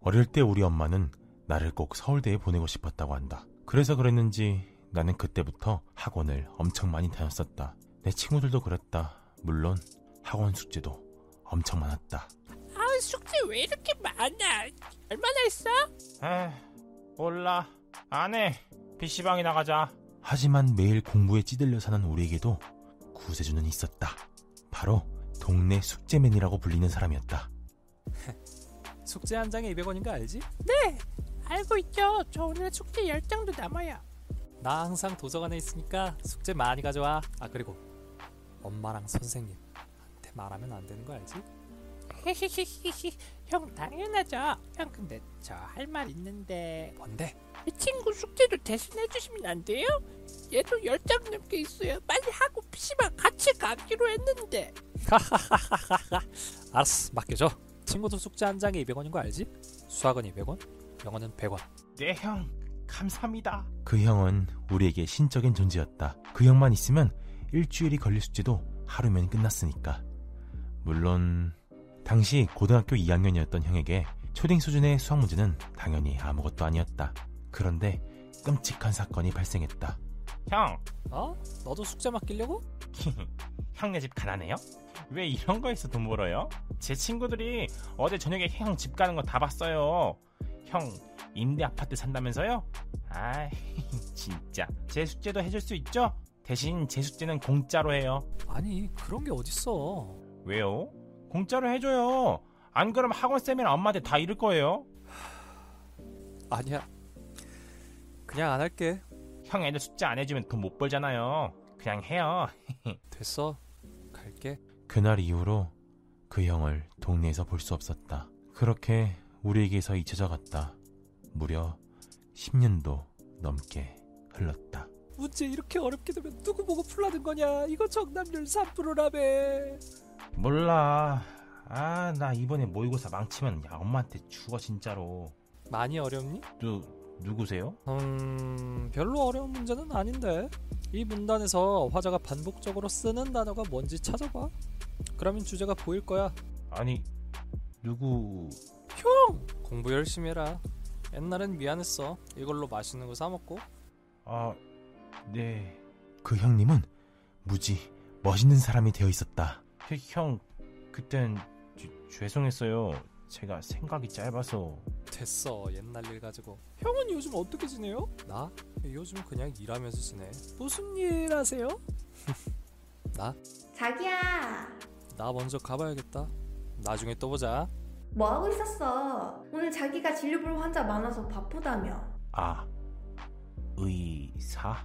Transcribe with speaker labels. Speaker 1: 어릴 때 우리 엄마는 나를 꼭 서울대에 보내고 싶었다고 한다. 그래서 그랬는지 나는 그때부터 학원을 엄청 많이 다녔었다. 내 친구들도 그랬다. 물론 학원 숙제도 엄청 많았다.
Speaker 2: 아 숙제 왜 이렇게 많아? 얼마나 했어?
Speaker 3: 에 몰라 안해 PC방에 나가자
Speaker 1: 하지만 매일 공부에 찌들려 사는 우리에게도 구세주는 있었다. 바로 동네 숙제맨이라고 불리는 사람이었다.
Speaker 4: 숙제 한 장에 200원인 거 알지?
Speaker 2: 알고 있죠. 저 오늘 숙제 열 장도 남아요.
Speaker 4: 나 항상 도서관에 있으니까 숙제 많이 가져와. 아 그리고 엄마랑 선생님한테 말하면 안 되는 거 알지?
Speaker 2: 히히히히히. 형 당연하죠. 형 근데 저 할 말 있는데
Speaker 4: 뭔데?
Speaker 2: 이 친구 숙제도 대신 해주시면 안 돼요? 얘도 열 장 넘게 있어요. 빨리 하고 PC방 같이 가기로 했는데.
Speaker 4: 알았어 맡겨줘. 친구도 숙제 한 장에 200원인 거 알지? 수학은 200원, 영어는 100원.
Speaker 3: 네 형 감사합니다
Speaker 1: 그 형은 우리에게 신적인 존재였다. 그 형만 있으면 일주일이 걸릴 숙제도 하루면 끝났으니까. 물론 당시 고등학교 2학년이었던 형에게 초딩 수준의 수학 문제는 당연히 아무것도 아니었다. 그런데 끔찍한 사건이 발생했다.
Speaker 3: 형
Speaker 4: 어? 너도 숙제 맡기려고?
Speaker 3: 형네 집 가난해요? 왜 이런 거에서 돈 벌어요? 제 친구들이 어제 저녁에 형 집 가는 거 다 봤어요. 형 임대 아파트 산다면서요? 아이 진짜 제 숙제도 해줄 수 있죠? 대신 제 숙제는 공짜로 해요.
Speaker 4: 아니 그런 게 어딨어.
Speaker 3: 왜요? 공짜로 해줘요. 안 그럼 학원 쌤이랑 엄마한테 다 잃을 거예요.
Speaker 4: 아니야. 그냥 안 할게.
Speaker 3: 형 애들 숙제 안 해주면 돈 못 벌잖아요. 그냥 해요.
Speaker 4: 됐어. 갈게.
Speaker 1: 그날 이후로 그 형을 동네에서 볼 수 없었다. 그렇게 우리에게서 잊혀져 갔다. 무려 10년도 넘게 흘렀다.
Speaker 4: 문제 이렇게 어렵게 되면 누구 보고 풀라는 거냐? 이거 정답률 3%라며.
Speaker 3: 몰라. 아 나 이번에 모의고사 망치면 야 엄마한테 죽어 진짜로.
Speaker 4: 많이 어렵니?
Speaker 3: 누 누구세요?
Speaker 4: 음, 별로 어려운 문제는 아닌데. 이 문단에서 화자가 반복적으로 쓰는 단어가 뭔지 찾아봐. 그러면 주제가 보일 거야.
Speaker 3: 아니 누구
Speaker 4: 형! 공부 열심히 해라. 옛날엔 미안했어. 이걸로 맛있는 거 사 먹고.
Speaker 3: 아, 아네
Speaker 1: 그 형님은 무지 멋있는 사람이 되어 있었다.
Speaker 3: 그 형 그땐 죄- 죄송했어요 제가 생각이 짧아서
Speaker 4: 됐어. 옛날 일 가지고. 형은 요즘 어떻게 지내요? 나? 요즘 그냥 일하면서 지내. 무슨 일 하세요?
Speaker 5: 자기야,
Speaker 4: 나 먼저 가봐야겠다. 나중에 또 보자.
Speaker 5: 뭐 하고 있었어? 오늘 자기가 진료볼 환자 많아서 바쁘다며.
Speaker 3: 아 의사